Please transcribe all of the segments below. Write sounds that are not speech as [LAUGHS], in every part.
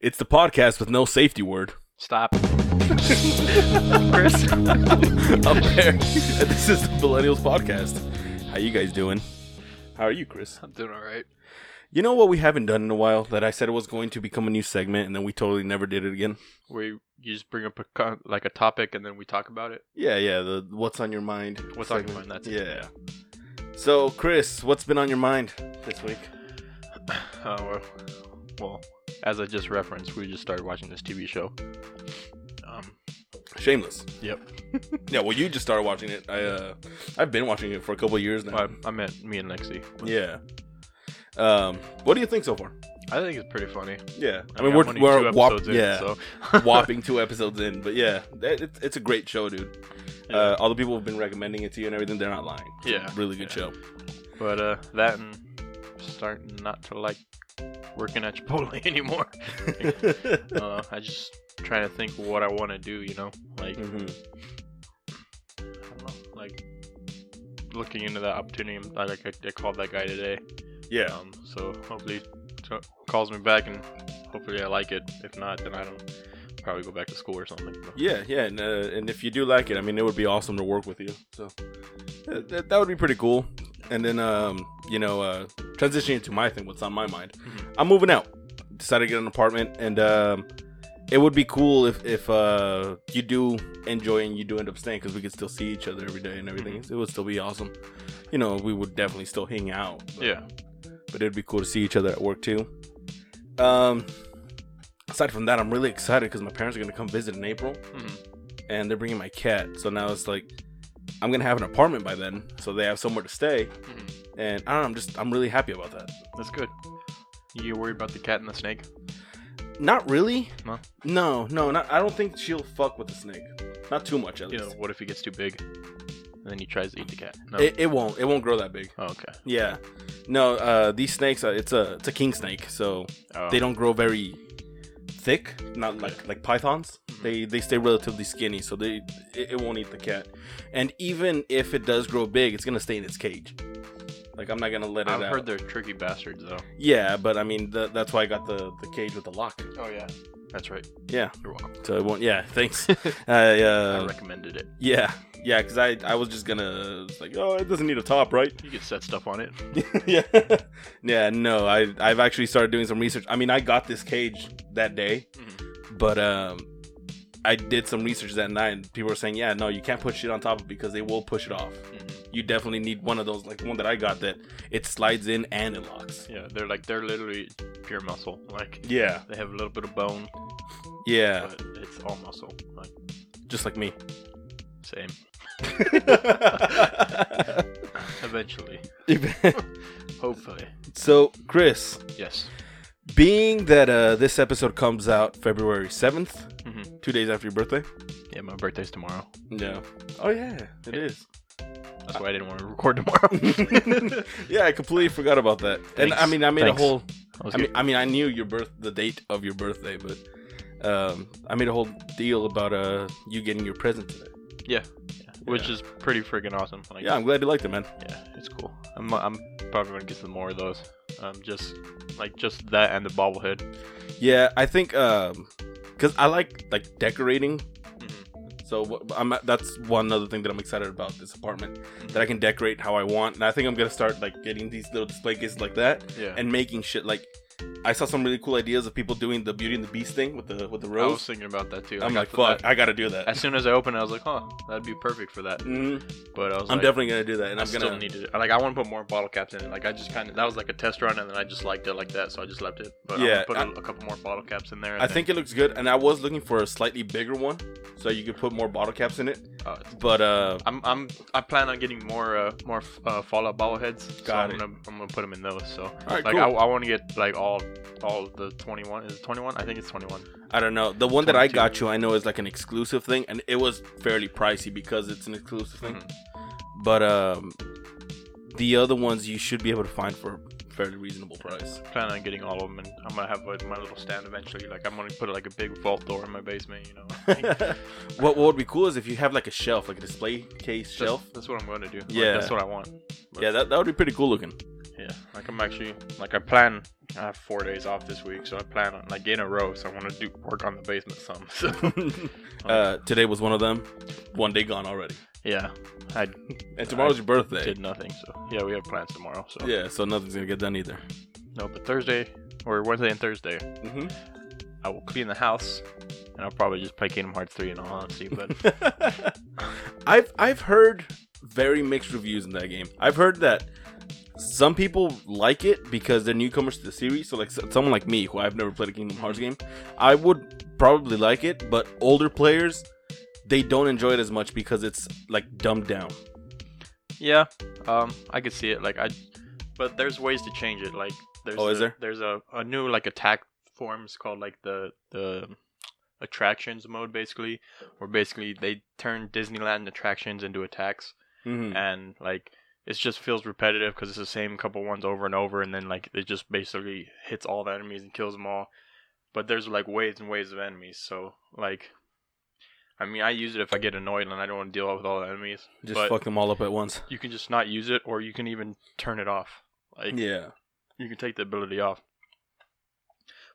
It's the podcast with no safety word. [LAUGHS] Stop. Chris. Up there. this is the Millennials Podcast. How you guys doing? How are you, Chris? I'm doing all right. You know what we haven't done in a while that I said it was going to become a new segment and then we totally never did it again? We you just bring up a con- like a topic and then we talk about it. Yeah, yeah, the what's on your mind. What's on your mind, that's it. Yeah. So, Chris, what's been on your mind this week? Uh, well, well, as I just referenced, we just started watching this TV show. Um, Shameless. Yep. yeah, well, you just started watching it. I uh I've been watching it for a couple of years now. I, I meant me and Lexi. Yeah. Um, what do you think so far? I think it's pretty funny. Yeah, I I'm mean, we're only we're two whop- episodes in, yeah, so. whopping two episodes in, but yeah, that, it, it's a great show, dude. Uh, all the people who've been recommending it to you and everything, they're not lying. It's a Yeah. really good show. But uh, that and starting not to like working at [LAUGHS] Chipotle [LAUGHS] anymore. uh, I just trying to think what I want to do. You know, like Mhm. I don't know, like looking into that opportunity. I like I, I called that guy today. Yeah, Um, so hopefully t- calls me back and hopefully I like it. If not, then I don't probably go back to school or something. But yeah, yeah, and, uh, and if you do like it, I mean, it would be awesome to work with you. So uh, that, that would be pretty cool. And then, um, you know, uh, transitioning to my thing, what's on my mind? Mhm. I'm moving out. Decided to get an apartment, and um, it would be cool if if uh, you do enjoy and you do end up staying because we could still see each other every day and everything. It would still be awesome. You know, we would definitely still hang out. but- yeah, but it'd be cool to see each other at work too. Um, aside from that, I'm really excited because my parents are gonna come visit in April, Mhm. and they're bringing my cat. So now it's like I'm gonna have an apartment by then, so they have somewhere to stay. Mhm. And I don't know, I'm just I'm really happy about that. that's good. You worried about the cat and the snake? Not really. No? No, no, not, I don't think she'll fuck with the snake. Not too much at You know, least. what if he gets too big and then he tries to eat the cat? No. It, it won't. It won't grow that big. oh, okay. Yeah. No. Uh, these snakes. Uh, it's a it's a king snake. So Oh. they don't grow very thick not like like pythons Mhm. they they stay relatively skinny so they it, it won't eat the cat and even if it does grow big it's gonna stay in its cage like i'm not gonna let it I've out heard they're tricky bastards though. yeah but i mean th- that's why i got the the cage with the lock Oh yeah. That's right. yeah You're welcome. so it won't yeah [LAUGHS] thanks i I uh recommended it. yeah yeah because i i was just gonna it's like oh it doesn't need a top right You could set stuff on it. [LAUGHS] yeah yeah no i i've actually started doing some research i mean i got this cage that day but um I did some research that night and people were saying, yeah, no, you can't put shit on top of it because they will push it off. Mhm. You definitely need one of those, like the one that I got that it slides in and it locks. Yeah, they're like they're literally pure muscle. Like Yeah. they have a little bit of bone, Yeah. but it's all muscle. Like Just [LAUGHS] like me. same. Eventually, hopefully. so, Chris, Yes. being that uh, this episode comes out February 7th, Mhm. two days after your birthday. Yeah, my birthday's tomorrow. Mm-hmm. Yeah. Oh, yeah, it is. That's why I didn't want to record [LAUGHS] tomorrow. I [LAUGHS] yeah, I completely forgot about that. And I Thanks. mean, I made Thanks. a whole was I mean, I mean, I knew your birth, the date of your birthday, but um, I made a whole deal about uh you getting your present today. which is pretty freaking awesome. Like, Yeah, I'm glad you liked it, man. yeah, it's cool. I'm, uh, I'm probably gonna get some more of those. Um, just like just that and the bobblehead. Yeah, I think um, cause I like like decorating, Mhm. so wh- I'm that's one other thing that I'm excited about this apartment that I can decorate how I want, and I think I'm gonna start like getting these little display cases like that Yeah. and making shit like. I saw some really cool ideas of people doing the Beauty and the Beast thing with the with the I was rose. thinking about that too. I'm like, I- fuck, I gotta do that. As soon as I opened, it, I was like, huh, that'd be perfect for that. Mhm. But I was I'm like, definitely gonna do that, and I I'm still gonna need to. Like, I want to put more bottle caps in it. Like, I just kind of that was like a test run, and then I just liked it like that, so I just left it. But Yeah, I'm gonna I- put a- a couple more bottle caps in there. and I then- think it looks good, and I was looking for a slightly bigger one so you could put more bottle caps in it. Oh, it's- But uh, I'm I'm I plan on getting more uh, more uh, Fallout bobbleheads. Got so it. I'm gonna I'm gonna put them in those. So all right, like cool. I, I, I want to get like all all of the 21 is it 21? I think it's 21. don't know. The one that I 22. got you, I know is like an exclusive thing, and it was fairly pricey because it's an exclusive thing. Mhm. But um, the other ones you should be able to find for a fairly reasonable price. Plan on getting all of them, and I'm gonna have like, my little stand eventually. Like I'm gonna put like a big vault door in my basement. [LAUGHS] You know, Like, what what would be cool is if you have like a shelf, like a display case that's- shelf. That's, what I'm gonna do. Like, Yeah. that's what I want. Yeah, that, that would be pretty cool looking. Yeah, like I'm actually like I plan. I have four days off this week, so I plan on like in a row. So I want to do work on the basement some. [LAUGHS] So uh, today was one of them. One day gone already. yeah, I And tomorrow's your birthday. did nothing. So yeah, we have plans tomorrow. So Yeah, so nothing's gonna get done either. no, but Thursday or Wednesday and Thursday, hmm I will clean the house, and I'll probably just play Kingdom Hearts three in all honesty. But [LAUGHS] I've I've heard very mixed reviews in that game. I've heard that some people like it because they're newcomers to the series. So like s- someone like me, who I've never played a Kingdom Hearts game, I would probably like it. But older players, they don't enjoy it as much because it's like dumbed down. yeah, um, I could see it. Like I, but there's ways to change it. Like there's Oh, is a- there? there's a, a new like attack forms called like the the attractions mode basically, where basically they turn Disneyland attractions into attacks. Mm-hmm. and like it just feels repetitive because it's the same couple ones over and over, and then like it just basically hits all the enemies and kills them all. But there's like waves and waves of enemies, so like, I mean, I use it if I get annoyed and I don't want to deal with all the enemies. Just but fuck them all up at once. you can just not use it, or you can even turn it off. Like Yeah. you can take the ability off.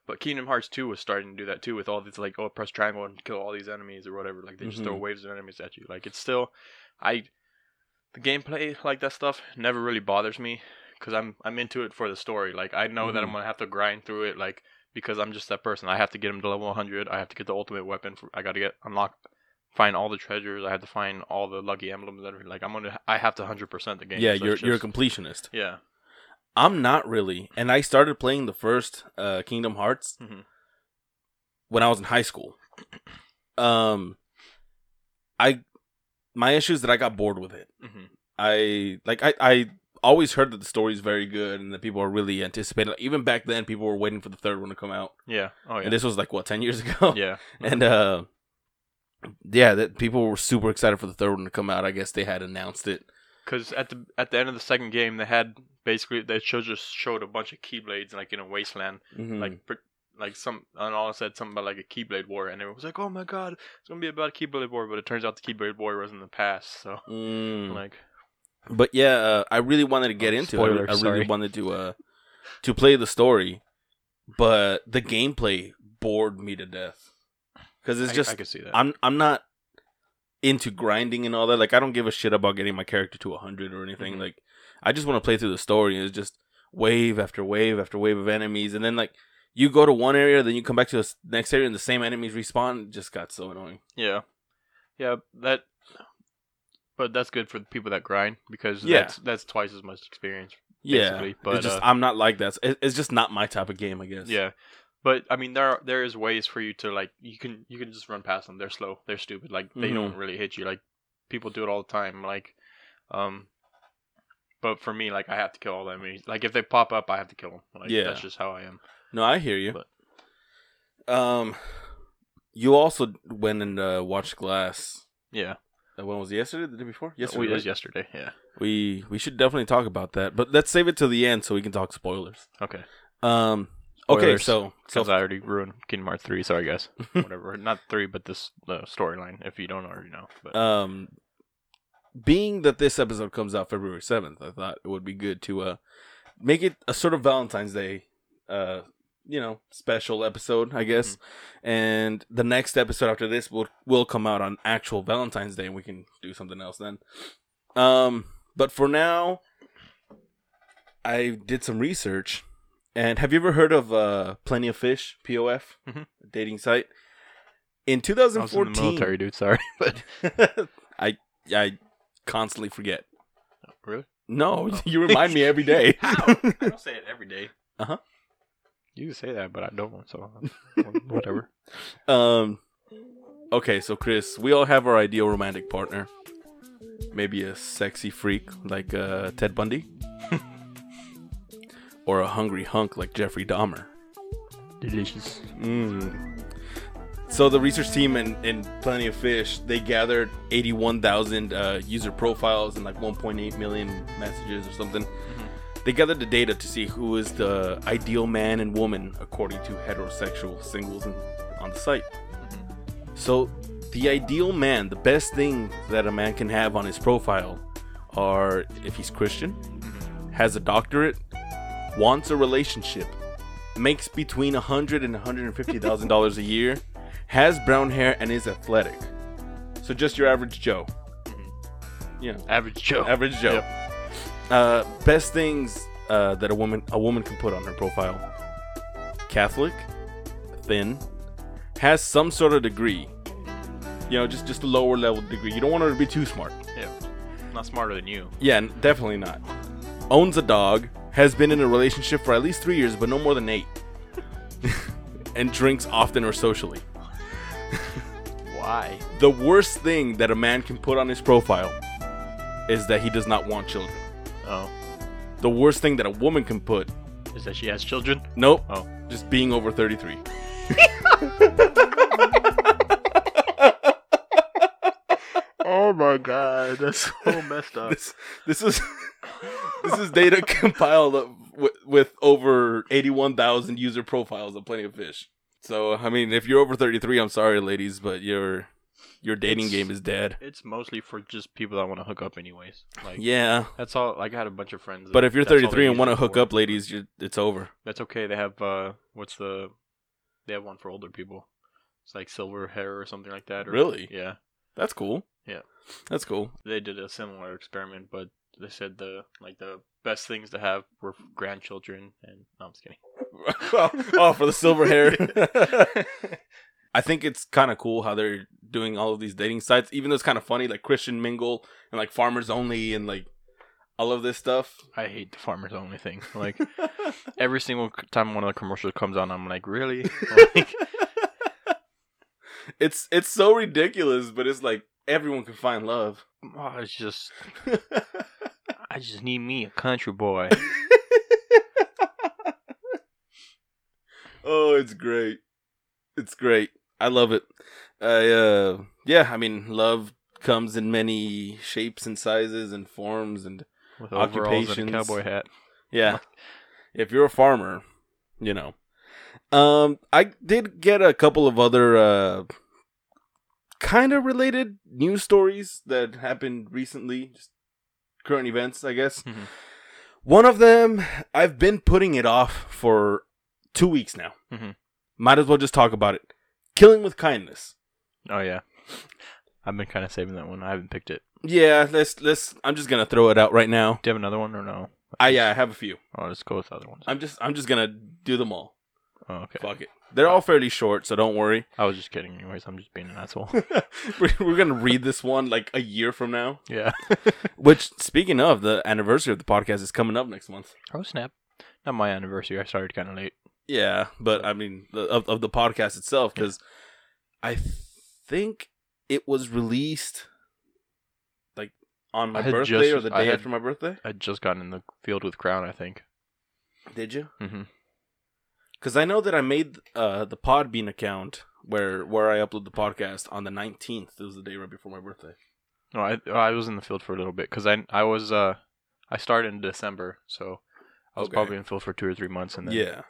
But Kingdom Hearts 2 was starting to do that too with all these like oh press triangle and kill all these enemies or whatever. Like they just throw Mhm. waves of enemies at you. Like it's still I the gameplay like that stuff never really bothers me cuz I'm I'm into it for the story. Like I know that I'm Mhm. going to have to grind through it like because I'm just that person. I have to get him to level 100. I have to get the ultimate weapon. For, I got to get unlock find all the treasures. I have to find all the lucky emblems that are like I'm going to I have to 100% the game. Yeah, so you're it's you're a just- completionist. Yeah. I'm not really, and I started playing the first uh, Kingdom Hearts Mhm. when I was in high school. Um, I my issue is that I got bored with it. hmm I like I I always heard that the story is very good and that people are really anticipating. Like, even back then, people were waiting for the third one to come out, Yeah. Oh yeah. and oh. this was like what ten years ago. yeah. [LAUGHS] and uh, yeah, that people were super excited for the third one to come out. I guess they had announced it. Because at the at the end of the second game, they had basically they showed just showed a bunch of keyblades like in a wasteland, Hmm. like pr- like some and all it said something about like a keyblade war, and everyone was like, "Oh my god, it's gonna be about a keyblade war," but it turns out the keyblade war was in the past. So Mm. like, but yeah, uh, I really wanted to get Oh, into spoiler, it. I- I, really sorry. wanted to uh to play the story, but the gameplay bored me to death because it's I, just I could see that. I'm I'm not into grinding and all that. Like I don't give a shit about getting my character to 100 or anything. Mhm. Like I just want to play through the story. And it's just wave after wave after wave of enemies, and then like you go to one area, then you come back to the s- next area, and the same enemies respawn. It just got so annoying. yeah, yeah. That, but that's good for the people that grind because Yeah. that's that's twice as much experience. yeah, Basically, but, it's just uh, I'm not like that. It- It's just not my type of game, I guess. Yeah, but I mean, there are, there is ways for you to like you can you can just run past them. They're slow. They're stupid. Like they Mhm. don't really hit you. Like people do it all the time. Like, um, but for me, like I have to kill all them. Like if they pop up, I have to kill them. Like, Yeah. that's just how I am. No, I hear you. um, you also went and uh, watched Glass. Yeah, Uh, When was it, yesterday? The day before? we, Yesterday. it was right? yesterday. Yeah. We we should definitely talk about that, but let's save it till the end so we can talk spoilers. Okay. Um. Okay. Spoilers. So so Because I already ruined Kingdom Hearts three. Sorry, guys. [LAUGHS] Whatever. Not three, but this the storyline. If you don't already know, but um, being that this episode comes out February seventh, I thought it would be good to uh make it a sort of Valentine's Day uh you know special episode, I guess. Mm-hmm. And the next episode after this will will come out on actual Valentine's Day, and we can do something else then. Um, but for now, I did some research. And have you ever heard of uh, Plenty of Fish (POF) Mhm. dating site? In I was in the 2014, military, dude. Sorry, but [LAUGHS] I I constantly forget. really. No, [LAUGHS] Oh. you remind me every day. [LAUGHS] [LAUGHS] How? I don't say it every day. Uh-huh. You say that, but I don't. [LAUGHS] So whatever. Um Okay, so Chris, we all have our ideal romantic partner. Maybe a sexy freak like uh, Ted Bundy. [LAUGHS] or a hungry hunk like Jeffrey Dahmer. Delicious. Mm. So the research team and, and Plenty of Fish they gathered 81,000 uh, user profiles and like 1.8 million messages or something. They gathered the data to see who is the ideal man and woman according to heterosexual singles in, on the site. So the ideal man, the best thing that a man can have on his profile are if he's Christian, has a doctorate, wants a relationship, makes between a hundred and hundred and fifty thousand dollars a year, has brown hair and is athletic. So just your average Joe. Yeah, Average Joe. average Joe. Uh, best things uh, that a woman a woman can put on her profile: Catholic, thin, has some sort of degree. You know, just just a lower level degree. You don't want her to be too smart. Yeah. Not smarter than you. Yeah, n- definitely not. Owns a dog, has been in a relationship for at least three years, but no more than eight. [LAUGHS] and drinks often or socially. Why? The worst thing that a man can put on his profile is that he does not want children. Oh. The worst thing that a woman can put, Is that she has children? nope, Oh. just being over 33. Oh my god, that's [LAUGHS] so messed up. [LAUGHS] This this is [LAUGHS] this is data [LAUGHS] compiled up with, with over 81,000 user profiles of Plenty of Fish. So, I mean, if you're over 33, I'm sorry ladies, but your your dating It's- game is dead. it's mostly for just people that want to hook up, anyways. Like, Yeah, that's all. Like, I had a bunch of friends. but if you're 33 and want want to hook up, ladies, you're, it's over. that's okay. They have uh, what's the? They have one for older people. It's like silver hair or something like that. Or, Really? Yeah. That's cool. Yeah. that's [LAUGHS] cool. They did a similar experiment, but they said the like the best things to have were grandchildren, and no, I'm just kidding. oh, oh, for the silver [LAUGHS] hair. I think it's kind of cool how they're doing all of these dating sites, even though it's kind of funny, like Christian Mingle and like Farmers Only and like all of this stuff. I hate the farmers [LAUGHS] only thing. Like every single c- time one of the commercials comes on, I'm [LAUGHS] like, really? Like, it's it's so ridiculous, but it's like everyone can find [LAUGHS] love. oh, it's just I just need me a country boy. Oh, it's great. It's great. I love it. I uh yeah, I mean love comes in many shapes and sizes and forms and with overalls and Occupations. a cowboy hat. yeah. if you're a farmer, you know. Um I did get a couple of other uh kind of related news stories that happened recently, just current events, I guess. Mhm. One of them I've been putting it off for 2 weeks now. Mhm. Might as well just talk about it. Killing with kindness. Oh yeah, I've been kind of saving that one. I haven't picked it. Yeah, let's let's. I'm just gonna throw it out right now. Do you have another one or no? I yeah, I have a few. Oh, let's go with the other ones. I'm just I'm just gonna do them all. Oh, okay. Fuck it. They're all fairly short, so don't worry. I was just kidding. Anyways, I'm just being an asshole. [LAUGHS] [LAUGHS] we're, we're gonna read this one like a year from now. yeah. Which, speaking of, the anniversary of the podcast is coming up next month. Oh snap! Not my anniversary. I started kind of late. Yeah, but I mean the, of of the podcast itself because I think it was released like on my I had birthday just- or the I day had- after my birthday. I just got in the field with Crown. I think. Did you? Mm-hmm. Because I know that I made uh, the Podbean account where where I upload the podcast on the 19th. It was the day right before my birthday. No, I I was in the field for a little bit because I I was uh I started in December, so I was Okay. probably in the field for two or three months, and then Yeah.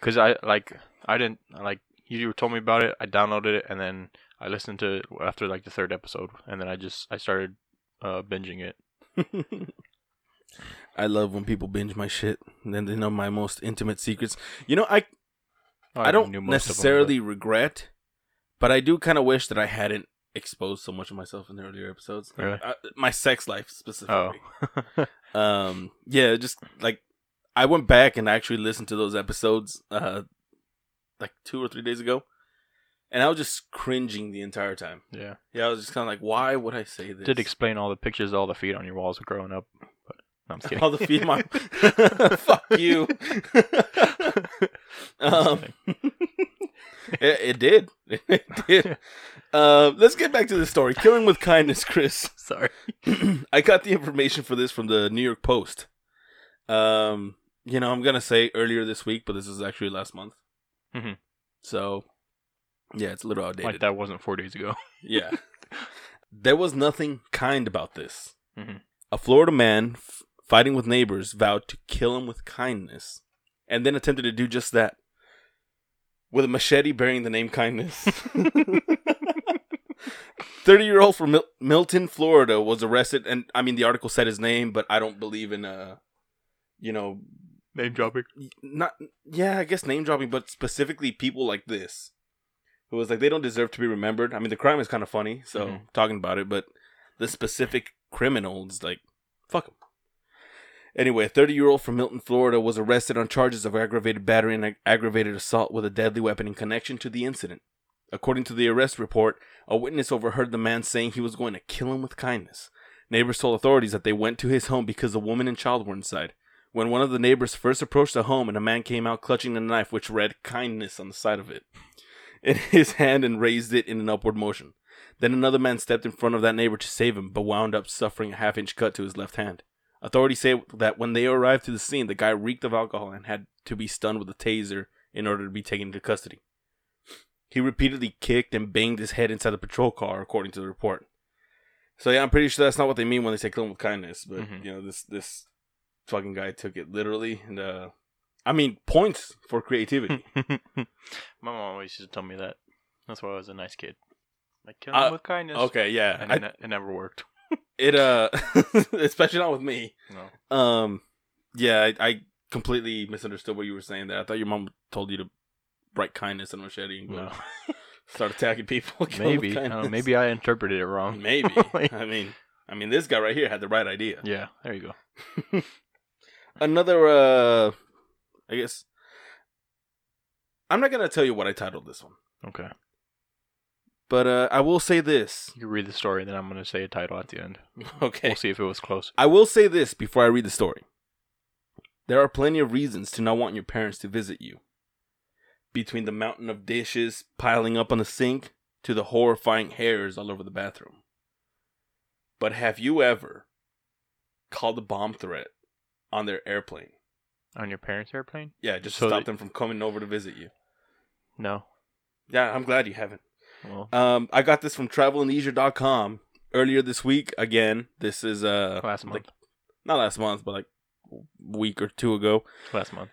because I like I didn't like you told me about it. I downloaded it and then I listened to it after like the third episode, and then I just I started uh, binging it. I love when people binge my shit and then they know my most intimate secrets. You know, I I, don't knew most of 'em, necessarily regret, but I do kind of wish that I hadn't exposed so much of myself in the earlier episodes. Like, Really? I- my sex life specifically. but- oh um yeah just like i went back and actually listened to those episodes uh like two or three days ago and i was just cringing the entire time [LAUGHS] yeah. yeah i was just kind of like why would i say this Did explain all the pictures, all the feet on your walls growing up. But no, I'm just kidding. all the feet my [LAUGHS] [LAUGHS] fuck you um it, it did [LAUGHS] it did uh, let's get back to the story killing with kindness chris [LAUGHS] Sorry. [CLEARS THROAT] I got the information for this from the New York Post. Um, you know, I'm gonna say earlier this week, but this is actually last month. Mhm. So, yeah, it's a little outdated. Like that wasn't four [LAUGHS] days ago. [LAUGHS] Yeah, there was nothing kind about this. Mhm. A Florida man f- fighting with neighbors vowed to kill him with kindness, and then attempted to do just that with a machete bearing the name kindness. 30 year old from Mil- Milton, Florida was arrested. And I mean, the article said his name, but I don't believe in, uh, you know, [LAUGHS] Name dropping. not yeah, I guess name dropping, but specifically people like this, who was like they don't deserve to be remembered. I mean, the crime is kind of funny, so Mhm. talking about it, but the specific criminals like fuck 'em. Anyway, a 30 year old from Milton, Florida was arrested on charges of aggravated battery and ag- aggravated assault with a deadly weapon in connection to the incident. According to the arrest report, a witness overheard the man saying he was going to kill him with kindness. Neighbors told authorities that they went to his home because a woman and child were inside. When one of the neighbors first approached the home, and a man came out clutching a knife which read kindness on the side of it [LAUGHS] in his hand and raised it in an upward motion. Then another man stepped in front of that neighbor to save him, but wound up suffering a half inch cut to his left hand. Authorities say that when they arrived to the scene, the guy reeked of alcohol and had to be stunned with a taser in order to be taken into custody. He repeatedly kicked and banged his head inside the patrol car, according to the report. So yeah, I'm pretty sure that's not what they mean when they say kill him with kindness, but Mhm. you know this this fucking guy took it literally, and uh, I mean points for [LAUGHS] creativity. My mom always used to tell me that. That's why I was a nice kid. Like kill Uh, him with kindness. okay, yeah, And I- it, ne- it never worked. it uh, [LAUGHS] especially not with me. [LAUGHS] No. Um, yeah, I, I completely misunderstood what you were saying there. I thought your mom told you to write kindness on a machete and go No. [LAUGHS] start attacking [LAUGHS] people. kill them with maybe. I don't know, kindness. maybe I interpreted it wrong. maybe. [LAUGHS] Like- I mean, I mean, this guy right here had the right idea. Yeah. There you go. Another, uh, I guess. I'm not gonna tell you what I titled this one, Okay. but uh, I will say [LAUGHS] this. You read the story, then I'm gonna say a title at the end. Okay. We'll see if it was close. I will say this before I read the story. There are plenty of reasons to not want your parents to visit you. Between the mountain of dishes piling up on the sink to the horrifying hairs all over the bathroom. But have you ever called a bomb threat on their airplane? On your parents' airplane? Yeah, just So to stop they- them from coming over to visit you. No. Yeah, I'm glad you haven't. Well, Um, I got this from travelandleisure.com earlier this week. Again, this is uh last like- month. not last month, but like a week or two ago. Last month.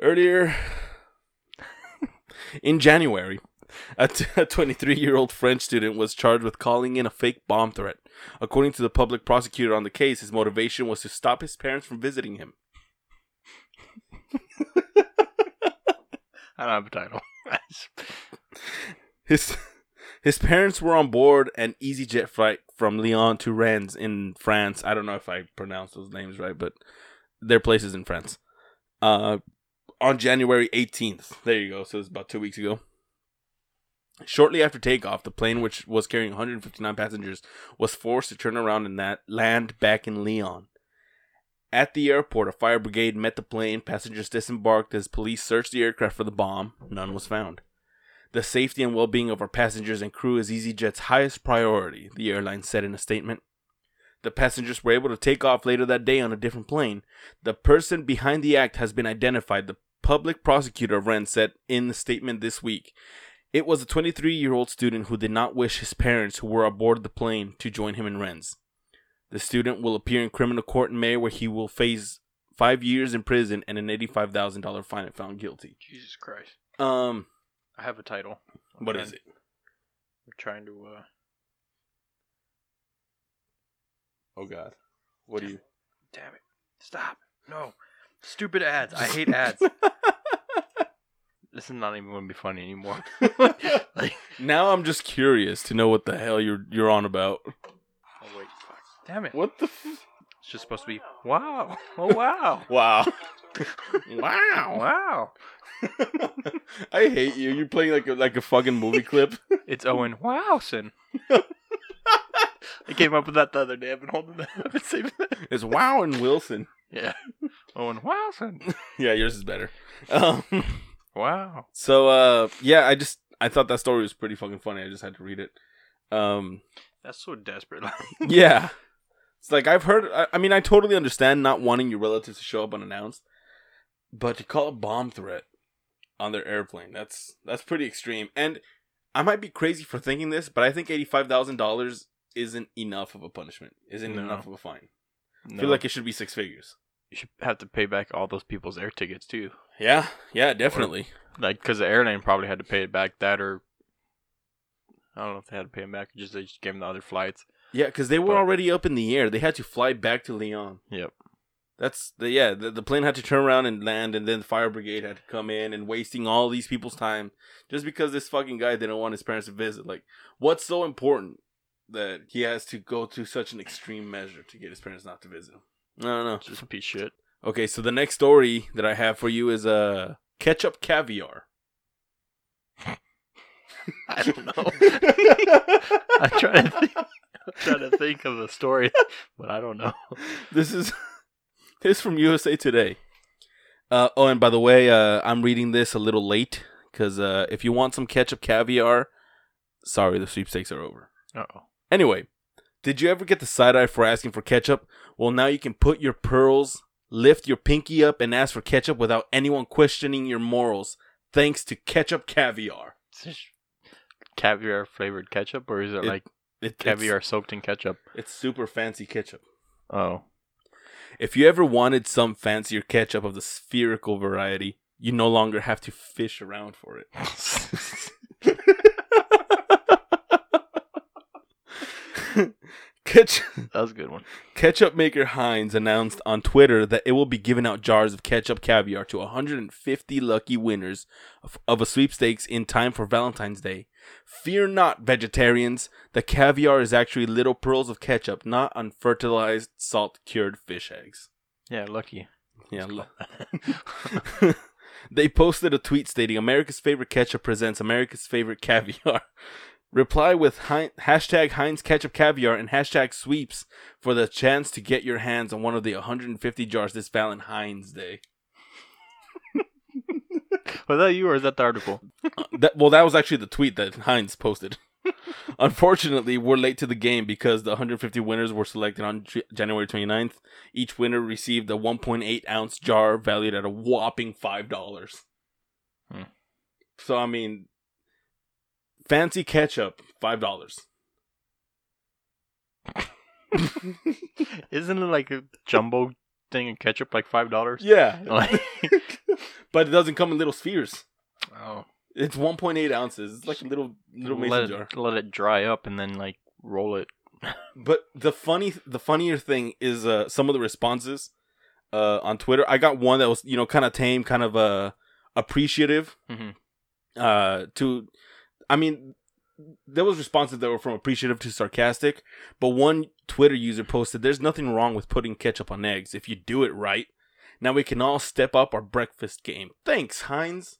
earlier in January, a 23 year old French student was charged with calling in a fake bomb threat. According to the public prosecutor on the case, his motivation was to stop his parents from visiting him. I don't have a title. [LAUGHS] His his parents were on board an EasyJet flight from Lyon to Rennes in France. I don't know if I pronounced those names right, but their places in France. Uh, on January 18th. There you go. So it's about two weeks ago. Shortly after takeoff, the plane, which was carrying 159 passengers, was forced to turn around and that land back in Lyon. At the airport, a fire brigade met the plane. Passengers disembarked as police searched the aircraft for the bomb. None was found. The safety and well being of our passengers and crew is EasyJet's highest priority, the airline said in a statement. The passengers were able to take off later that day on a different plane. The person behind the act has been identified, the public prosecutor of Rennes said in the statement this week. It was a 23 year old student who did not wish his parents, who were aboard the plane, to join him in Rennes. The student will appear in criminal court in May, where he will face five years in prison and an $85,000 fine if found guilty. Jesus Christ. Um, I have a title. what is it? I'm trying to. uh Oh God, what [LAUGHS] do you? Damn it! Stop! No, stupid ads. I hate ads. this is not even going to be [LAUGHS] funny anymore. Oh, like, [LAUGHS] now I'm just curious to know what the hell you're you're on about. oh wait, fuck. Damn it! What the? F- It's just supposed to be. Wow! Oh wow! wow, [LAUGHS] wow! wow! [LAUGHS] I hate you. You're playing like a, like a fucking movie clip. It's Owen Wowson. I came up with that the other day. I've been holding that. [LAUGHS] I've been saving that. [LAUGHS] It's Wow and Wilson. Yeah. Owen Wowson. Yeah, yours is better. Um, [LAUGHS] Wow. so uh, yeah, I just I thought that story was pretty fucking funny. I just had to read it. Um, That's so desperate. [LAUGHS] [LAUGHS] yeah. It's like I've heard. I, I mean, I totally understand not wanting your relatives to show up unannounced, but to call a bomb threat on their airplane—that's that's pretty extreme. And I might be crazy for thinking this, but I think eighty-five thousand dollars isn't enough of a punishment. Isn't No. enough of a fine. no. I feel like it should be six figures. you should have to pay back all those people's air tickets too. Yeah, yeah, definitely. like because the airline probably had to pay it back that or i don't know if they had to pay it back just they just gave them the other flights Yeah, because they were But- already up in the air. They had to fly back to Lyon. Yep. That's the yeah. The, the plane had to turn around and land, and then the fire brigade had to come in and wasting all these people's time just because this fucking guy didn't want his parents to visit. Like, what's so important that he has to go to such an extreme measure to get his parents not to visit him? I don't know. It's just a piece of shit. Okay, so the next story that I have for you is uh ketchup caviar. [LAUGHS] I don't know. [LAUGHS] I'm trying to think. I'm trying to think of a story, [LAUGHS] but I don't know. This is [LAUGHS] this is from USA Today. Uh, oh, and by the way, uh, I'm reading this a little late because uh, if you want some ketchup caviar, sorry, the sweepstakes are over. Uh-oh. Anyway, did you ever get the side eye for asking for ketchup? Well, now you can put your pearls, lift your pinky up, and ask for ketchup without anyone questioning your morals, thanks to ketchup caviar. It's just caviar flavored ketchup, or is it, It- like It, it's- caviar soaked in ketchup? it's super fancy ketchup. [LAUGHS] Oh, If you ever wanted some fancier ketchup of the spherical variety, you no longer have to fish around for it. Ketchup. that was a good one. [LAUGHS] Ketchup maker Heinz announced on Twitter that it will be giving out jars of ketchup caviar to 150 lucky winners of, of a sweepstakes in time for Valentine's Day. Fear not, vegetarians. The caviar is actually little pearls of ketchup, not unfertilized, salt cured fish eggs. Yeah, lucky. Yeah. l- [LAUGHS] they posted a tweet stating America's favorite ketchup presents America's favorite caviar. [LAUGHS] Reply with Hein- hashtag Heinz ketchup caviar and hashtag sweeps for the chance to get your hands on one of the 150 jars this Valentine's Day. Was that you or is that the [LAUGHS] article? That, well, that was actually the tweet that Heinz posted. [LAUGHS] Unfortunately, we're late to the game because the 150 winners were selected on J- January 29th. Each winner received a 1.8 ounce jar valued at a whopping $5. Hmm. So, I mean, fancy ketchup, $5. Isn't it like a jumbo thing of ketchup, like five dollars? Yeah. [LAUGHS] Like, [LAUGHS] but it doesn't come in little spheres. oh, It's 1.8 ounces. It's like a little, little mason let it, jar. let it dry up and then like roll it. But the funny, the funnier thing is uh, some of the responses uh, on Twitter. I got one that was you know kind of tame, kind of uh, appreciative. Mhm. Uh, to, I mean, there was responses that were from appreciative to sarcastic. But one Twitter user posted, "There's nothing wrong with putting ketchup on eggs if you do it right." Now we can all step up our breakfast game. Thanks, Heinz.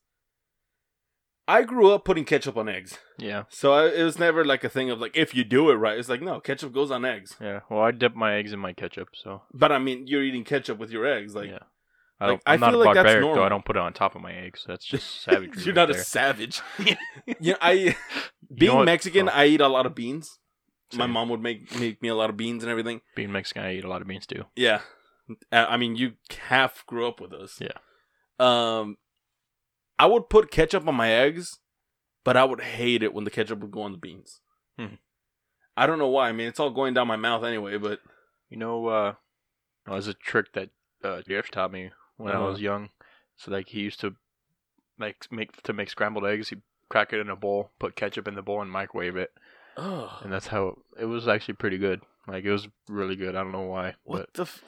I grew up putting ketchup on eggs. Yeah, So I, it was never like a thing of like if you do it right. It's like no, ketchup goes on eggs. yeah. Well, I dip my eggs in my ketchup, so But I mean, you're eating ketchup with your eggs. Like [LAUGHS] yeah. I like, don't, I I'm not feel a like that's barbaric though. normal. I don't put it on top of my eggs. That's [LAUGHS] just savagery. you're right not a there. [LAUGHS] savage. yeah, I You being know what? Mexican, Oh, I eat a lot of beans. My Same. mom would make make me a lot of beans and everything. being Mexican, I eat a lot of beans too. Yeah, Uh, I mean, you half grew up with us. Yeah. Um, I would put ketchup on my eggs, but I would hate it when the ketchup would go on the beans. Hmm. I don't know why. I mean, it's all going down my mouth anyway. But You know, uh, it was a trick that uh, Jeff taught me when Uh-huh. I was young. So like he used to like make to make scrambled eggs. He crack it in a bowl, put ketchup in the bowl, and microwave it. oh, And that's how it was actually pretty good. Like it was really good. I don't know why, What but the? F-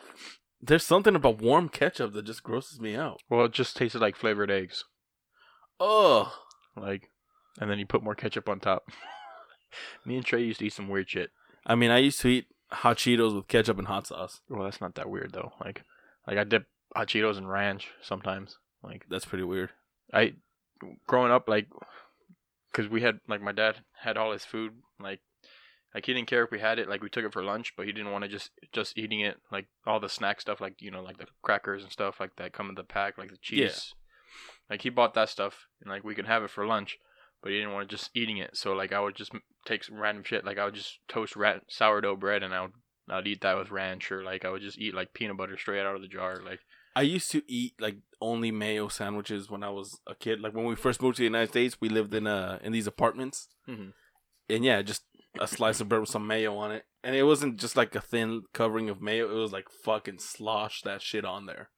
There's something about warm ketchup that just grosses me out. well, it just tasted like flavored eggs. Ugh. Like, and then you put more ketchup on top. [LAUGHS] me and Trey used to eat some weird shit. I mean, I used to eat hot Cheetos with ketchup and hot sauce. Well, that's not that weird though. Like, like I dip hot Cheetos in ranch sometimes. Like That's pretty weird. I growing up like because we had like my dad had all his food like like he didn't care if we had it like we took it for lunch but he didn't want to just just eating it like all the snack stuff like you know like the crackers and stuff like that come in the pack like the cheese Yeah. like he bought that stuff and like we could have it for lunch but he didn't want to just eating it so like i would just m- take some random shit like i would just toast rat- sourdough bread and i would i'd eat that with ranch or like i would just eat like peanut butter straight out of the jar like I used to eat like only mayo sandwiches when I was a kid. Like when we first moved to the United States, we lived in uh in these apartments, Mhm. and yeah, just a slice of bread with some mayo on it. And it wasn't just like a thin covering of mayo; it was like fucking slosh that shit on there.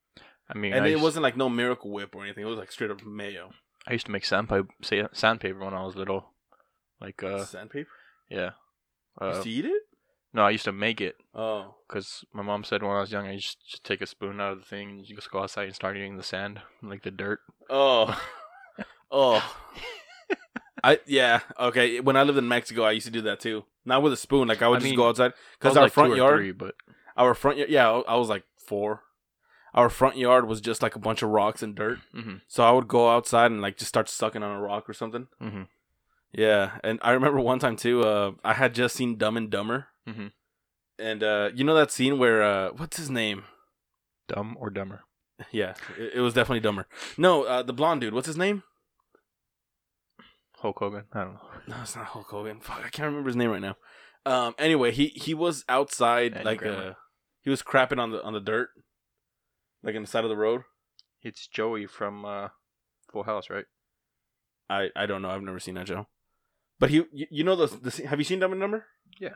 i mean And I it used- wasn't like no Miracle Whip or anything; it was like straight up mayo. I used to make sandpaper, say, sandpaper when I was little. Like, uh, Sandpaper? yeah. You Uh, used to eat it? No, I used to make it Oh, because my mom said when I was young, I used to just take a spoon out of the thing and you just go outside and start eating the sand, like the dirt. [LAUGHS] oh, oh. [LAUGHS] I yeah okay. When I lived in Mexico, I used to do that too. Not with a spoon. Like I would I just mean, go outside I was because our like two front or yard, three, but our front yard. Yeah, I I was like four. Our front yard was just like a bunch of rocks and dirt. hmm So I would go outside and like just start sucking on a rock or something. hmm Yeah, and I remember one time too. Uh, I had just seen Dumb and Dumber, Mhm. and uh, you know that scene where uh, what's his name? [LAUGHS] dumb or dumber. Yeah, it, it was definitely Dumber. No, uh, the blonde dude. What's his name? Hulk Hogan. I don't know. No, it's not Hulk Hogan. [LAUGHS] Fuck, I can't remember his name right now. Um, anyway, he he was outside Eddie like Grammer. uh, he was crapping on the on the dirt, like on the side of the road. It's Joey from uh, Full House, right? I I don't know. I've never seen that show. But he, you, you know the, the scene- have you seen Dumb and Dumber? Yeah.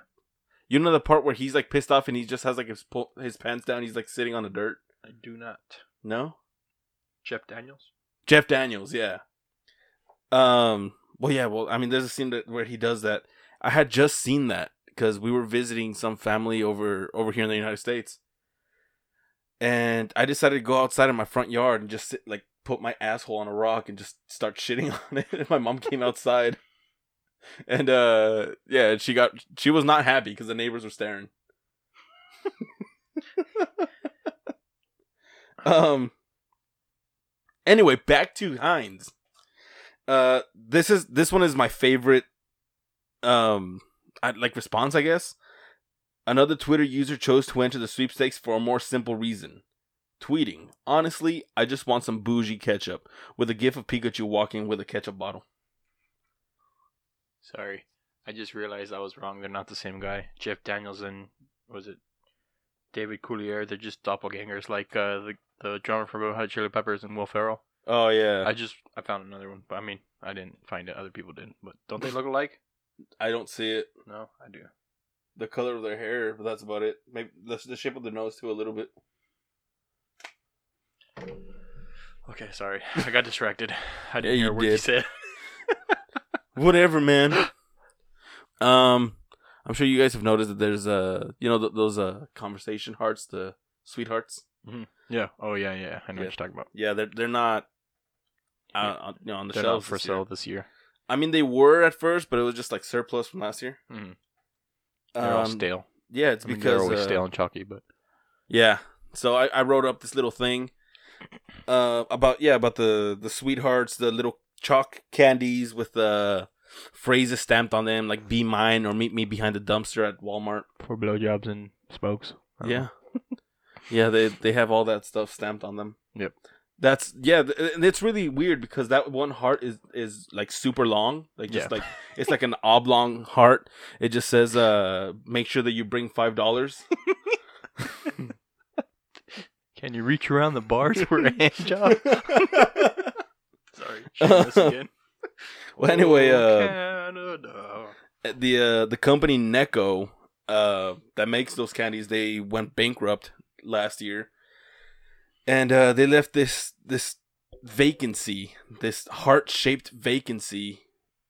You know the part where he's like pissed off and he just has like his pull, his pants down. He's like sitting on the dirt. I do not. No. Jeff Daniels. Jeff Daniels, yeah. Um. Well, yeah. Well, I mean, there's a scene that, where he does that. I had just seen that because we were visiting some family over over here in the United States, and I decided to go outside in my front yard and just sit, like put my asshole on a rock and just start shitting [LAUGHS] on it. And my mom came outside, and uh, yeah, she got she was not happy because the neighbors were staring. [LAUGHS] um. Anyway, back to Heinz. Uh, this is this one is my favorite. Um, I, like response, I guess. Another Twitter user chose to enter the sweepstakes for a more simple reason. Tweeting, honestly, I just want some bougie ketchup with a gif of Pikachu walking with a ketchup bottle. Sorry, I just realized I was wrong. They're not the same guy. Jeff Daniels and was it David Coulier? They're just doppelgangers, like uh, the the drummer from Red Hot Chili Peppers and Will Ferrell. Oh yeah, I just I found another one, but I mean I didn't find it. Other people didn't, but don't they look alike? I, don't see it. No, I do. The color of their hair, but that's about it. Maybe the, the shape of their nose too, a little bit. Okay, sorry, [LAUGHS] I got distracted. I Yeah, didn't you hear what did. you said. [LAUGHS] Whatever, man. [GASPS] um, I'm sure you guys have noticed that there's uh, you know, th- those uh, conversation hearts, the sweethearts. Yeah. Oh yeah, yeah. I Yeah. know what you're talking about. Yeah, they're they're not uh, Yeah. on, you know, on the They're not shelves for this year. sale this year. I mean, they were at first, but it was just like surplus from last year. Mhm. They're all Um, stale. Yeah, it's I mean, because they're always uh, stale and chalky, but Yeah. So I, I wrote up this little thing uh, about yeah about the the sweethearts, the little chalk candies with the phrases stamped on them, like "Be mine" or "Meet me behind the dumpster" at Walmart. for blowjobs and smokes. I don't Yeah. know. yeah, they they have all that stuff stamped on them. Yep. That's yeah, th- and it's really weird because that one heart is is like super long, like just Yeah. like it's like an oblong heart. It just says, "Uh, make sure that you bring five [LAUGHS] dollars." Can you reach around [LAUGHS] the bars for a hand job? well, Sorry. [LAUGHS] shameless again. again. Oh, anyway, uh, Canada. the uh, the company Necco uh, that makes those candies they went bankrupt last year, and uh, they left this this vacancy, this heart shaped vacancy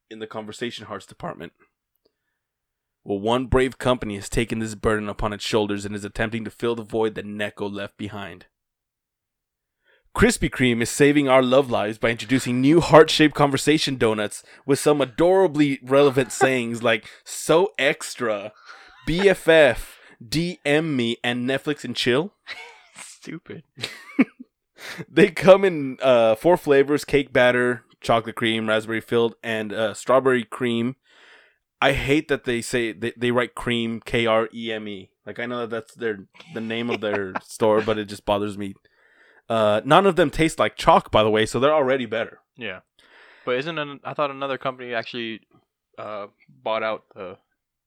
in the conversation hearts department. Well, one brave company has taken this burden upon its shoulders and is attempting to fill the void that Necco left behind. Krispy Kreme is saving our love lives by introducing new heart shaped conversation donuts with some adorably relevant sayings like so extra, BFF, DM me, and Netflix and chill. Stupid. They come in uh, four flavors: cake batter, chocolate cream, raspberry filled, and uh, strawberry cream. I hate that they say they, they write cream K R E M E. Like I know that that's their the name of [LAUGHS] their store, but it just bothers me. Uh, none of them taste like chalk, by the way, so they're already better. Yeah. But isn't an, I thought another company actually uh, bought out the,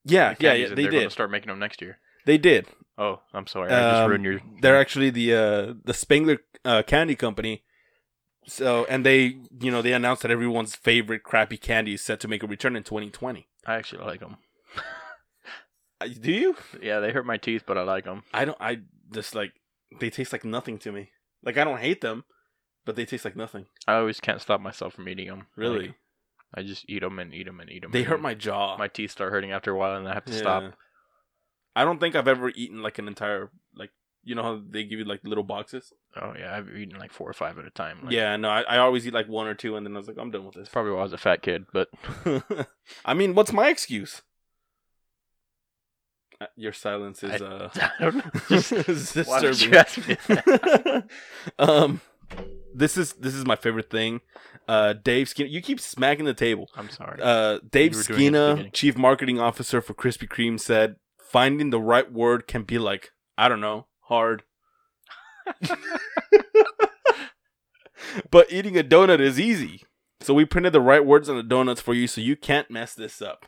Yeah, the yeah, candies yeah and they they're going to did. start making them next year. They did. Oh, I'm sorry. I just Um, ruined your. They're actually the uh, the Spangler uh, Candy Company. So and they you know they announced that everyone's favorite crappy candy is set to make a return in 2020. I actually like them. Uh, Do you? Yeah, they hurt my teeth, but I like them. I don't. I just like they taste like nothing to me. Like I don't hate them, but they taste like nothing. I always can't stop myself from eating them. Really, I just eat them and eat them and eat them. they hurt my jaw. My teeth start hurting after a while, and I have to Yeah. stop. I don't think I've ever eaten like an entire like you know how they give you like little boxes. Oh yeah, I've eaten like four or five at a time. like, yeah, no, I, I always eat like one or two, and then I was like, I'm done with That's probably why I was a fat kid, but [LAUGHS] this. [LAUGHS] I mean, what's my excuse? Uh, Your silence is I- [LAUGHS] uh, [LAUGHS] I don't know. Just, is why would disturbing. you ask me that? [LAUGHS] um, this is this is my favorite thing. Uh, Dave Skinner, you keep smacking the table. I'm sorry. Uh, Dave You were doing it at the Skina, beginning. chief marketing officer for Krispy Kreme, said finding the right word can be like I don't know, [LAUGHS] hard. but eating a donut is easy. So we printed the right words on the donuts for you, so you can't mess this [LAUGHS] up.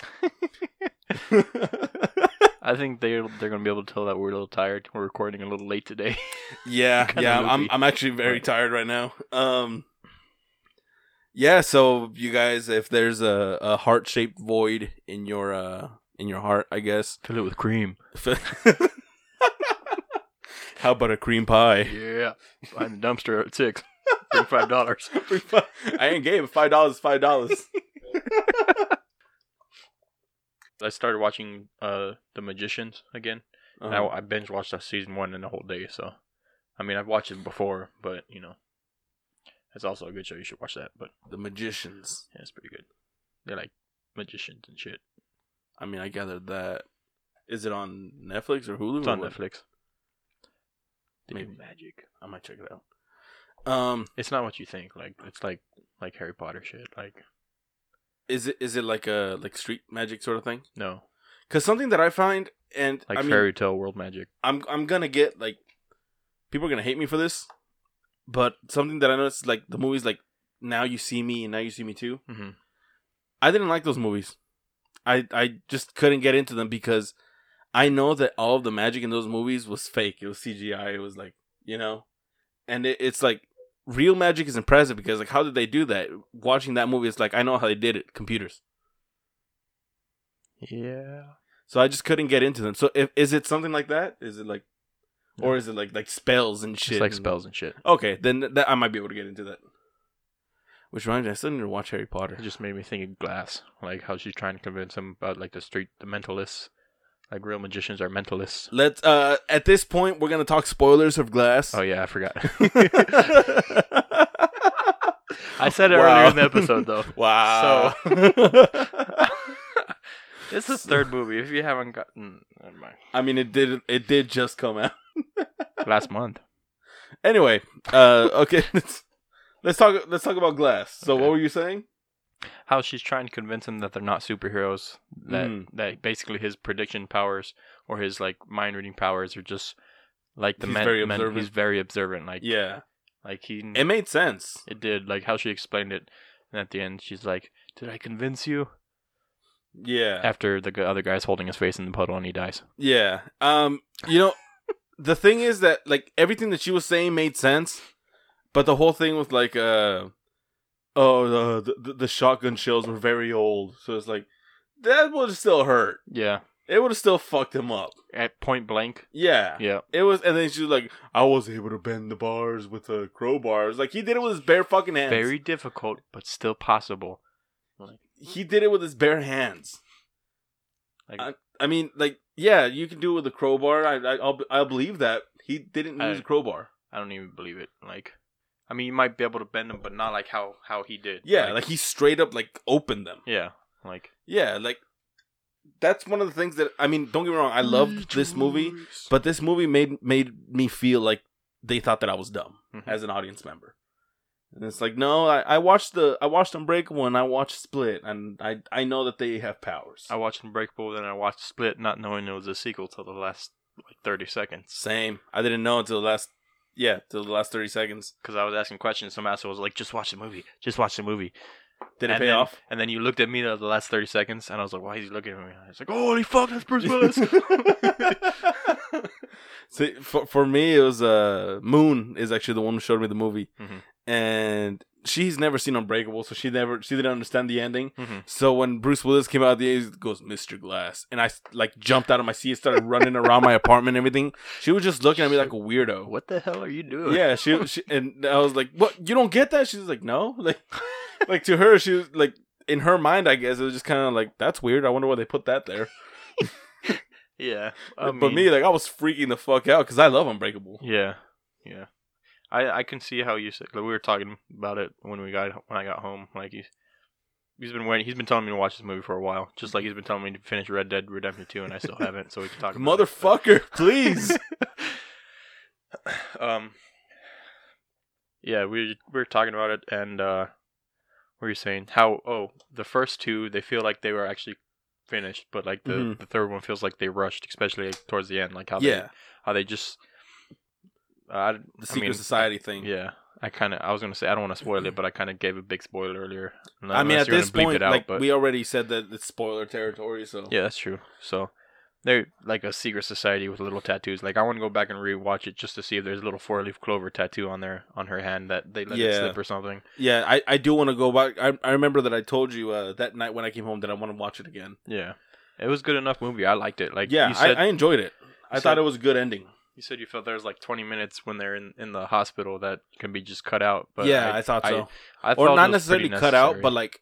I think they're they're gonna be able to tell that we're a little tired. We're recording a little late today. [LAUGHS] Yeah, Kinda yeah. I'm loopy. I'm actually very tired right now. Um Yeah, so you guys if there's a, a heart shaped void in your uh in your heart, I guess. Fill it with cream. [LAUGHS] How about a cream pie? Yeah. Find the dumpster at six. Bring five dollars. I ain't game. Five dollars, five [LAUGHS] dollars. I started watching uh The Magicians again. And Um, I, I binge watched that season one in the whole day. So, I mean, I've watched it before, but you know, it's also a good show. You should watch that. But the magicians. yeah, it's pretty good. They're like magicians and shit. I mean, I gathered that. Is it on Netflix or Hulu? It's or on what? Netflix. They do Maybe. magic. I might check it out. Um, It's not what you think. Like it's like like Harry Potter shit. Like is it is it like a like street magic sort of thing? no, Because something that I find, and like I mean, fairy tale world magic. I'm I'm gonna get like people are gonna hate me for this, but something that I noticed is like the movies like Now You See Me and Now You See Me Too. Mhm. I didn't like those movies. I I just couldn't get into them because I know that all of the magic in those movies was fake. It was CGI. It was like you know, and it, it's like real magic is impressive because like how did they do that? Watching that movie, it's like I know how they did it. Computers. Yeah. So I just couldn't get into them. So if, is it something like that? Is it like, No. or is it like like spells and shit? It's like and- spells and shit. Okay, then th- that I might be able to get into that. Which reminds me, I still need to watch Harry Potter. It just made me think of Glass, like how she's trying to convince him about like the street, the mentalists, like real magicians are mentalists. Let's. Uh, at this point, we're gonna talk spoilers of Glass. [LAUGHS] Oh yeah, I forgot. I I said it earlier in the episode [LAUGHS] though. [LAUGHS] Wow. It's the third movie. If you haven't gotten, never mind. [LAUGHS] I mean, it did. It did just come out. Last month, Anyway, uh, okay. [LAUGHS] Let's, let's talk. Let's talk about Glass. So, Okay. what were you saying? how she's trying to convince him that they're not superheroes. That Mm. that basically his prediction powers or his like mind reading powers are just like the He's men. very men- he's observant. very observant. Like um, Yeah, like he it made sense. It did, like how she explained it. And at the end, she's like, "Did I convince you?" Yeah. After the gu- other guy's holding his face in the puddle and he dies. Yeah. Um, you know, the thing is that like everything that she was saying made sense, but the whole thing was like uh oh the the, the shotgun shells were very old. So it's like that would have still hurt. Yeah. It would have still fucked him up. At point blank. Yeah. Yeah. It was and then she was like, I was able to bend the bars with a crowbar. It's like he did it with his bare fucking hands. Very difficult, but still possible. He did it with his bare hands. Like I mean, like, yeah, you can do it with a crowbar. I, I I'll, I'll believe that he didn't I- use a crowbar. I don't even believe it. Like, I mean, you might be able to bend them, but not like how how he did. Yeah, like, he straight up like opened them. yeah, like Yeah, like that's one of the things that I mean, don't get me wrong, I Mm. loved this movie, but this movie made made me feel like they thought that I was dumb Mhm. as an audience member. And it's like, no, I, I watched the I watched Unbreakable and I watched Split and I I know that they have powers. I watched Unbreakable, then I watched Split, not knowing it was a sequel till the last like thirty seconds. Same. I didn't know until the last yeah, till the last thirty seconds. Because I was asking questions, some asshole was like, "Just watch the movie. Just watch the movie." Did it and pay then, off? And then you looked at me the the last 30 seconds, and I was like, why is he looking at me? I was like, holy fuck, that's [LAUGHS] Bruce Willis. [LAUGHS] See, for for me, it was uh Moon is actually the one who showed me the movie, Mhm. and she's never seen Unbreakable, so she never she didn't understand the ending. Mhm. So when Bruce Willis came out, the he goes Mr. Glass, and I s- like jumped out of my seat, started running around my apartment, and everything. She was just looking at me like a weirdo. what the hell are you doing? Yeah, she, she and I was like, "What? You don't get that?" She's like, "No." [LAUGHS] Like, like to her, she was like, in her mind, I guess it was just kind of like, "That's weird. I wonder why they put that there." Yeah. but mean, me, like, I was freaking the fuck out because I love Unbreakable. Yeah, yeah. I I can see how you said. Like, we were talking about it when we got when I got home. Like he's he's been waiting. He's been telling me to watch this movie for a while. Just like he's been telling me to finish Red Dead Redemption Two, and I still haven't. So we can talk. about [LAUGHS] it, but- Motherfucker, [LAUGHS] please. um. Yeah, we were- we were talking about it, and uh, what were you saying? How oh, the first two they feel like they were actually finished, but like the, Mhm. the third one feels like they rushed, especially like, towards the end, like [LAUGHS] how they yeah, how they just. Uh, I- the secret mean, society thing. Yeah, I kind of I was gonna say I don't want to spoil it, but I kind of gave a big spoiler earlier. Unless I mean, at you're gonna this bleep point, it out, like but- we already said that it's spoiler territory, so yeah, that's true. So they're like a secret society with little tattoos. Like I want to go back and rewatch it just to see if there's a little four leaf clover tattoo on there on her hand that they let it Yeah. slip or something. Yeah, I, I do want to go back. I, I remember that I told you uh, that night when I came home that I want to watch it again. Yeah, it was good enough movie. I liked it. Like yeah, you said, I, I enjoyed it. I you thought said- it was a good ending. you said you felt there was like 20 minutes when they're in in the hospital that can be just cut out. But yeah, I, thought I- so. I or felt not it was necessarily pretty cut out, necessary. but like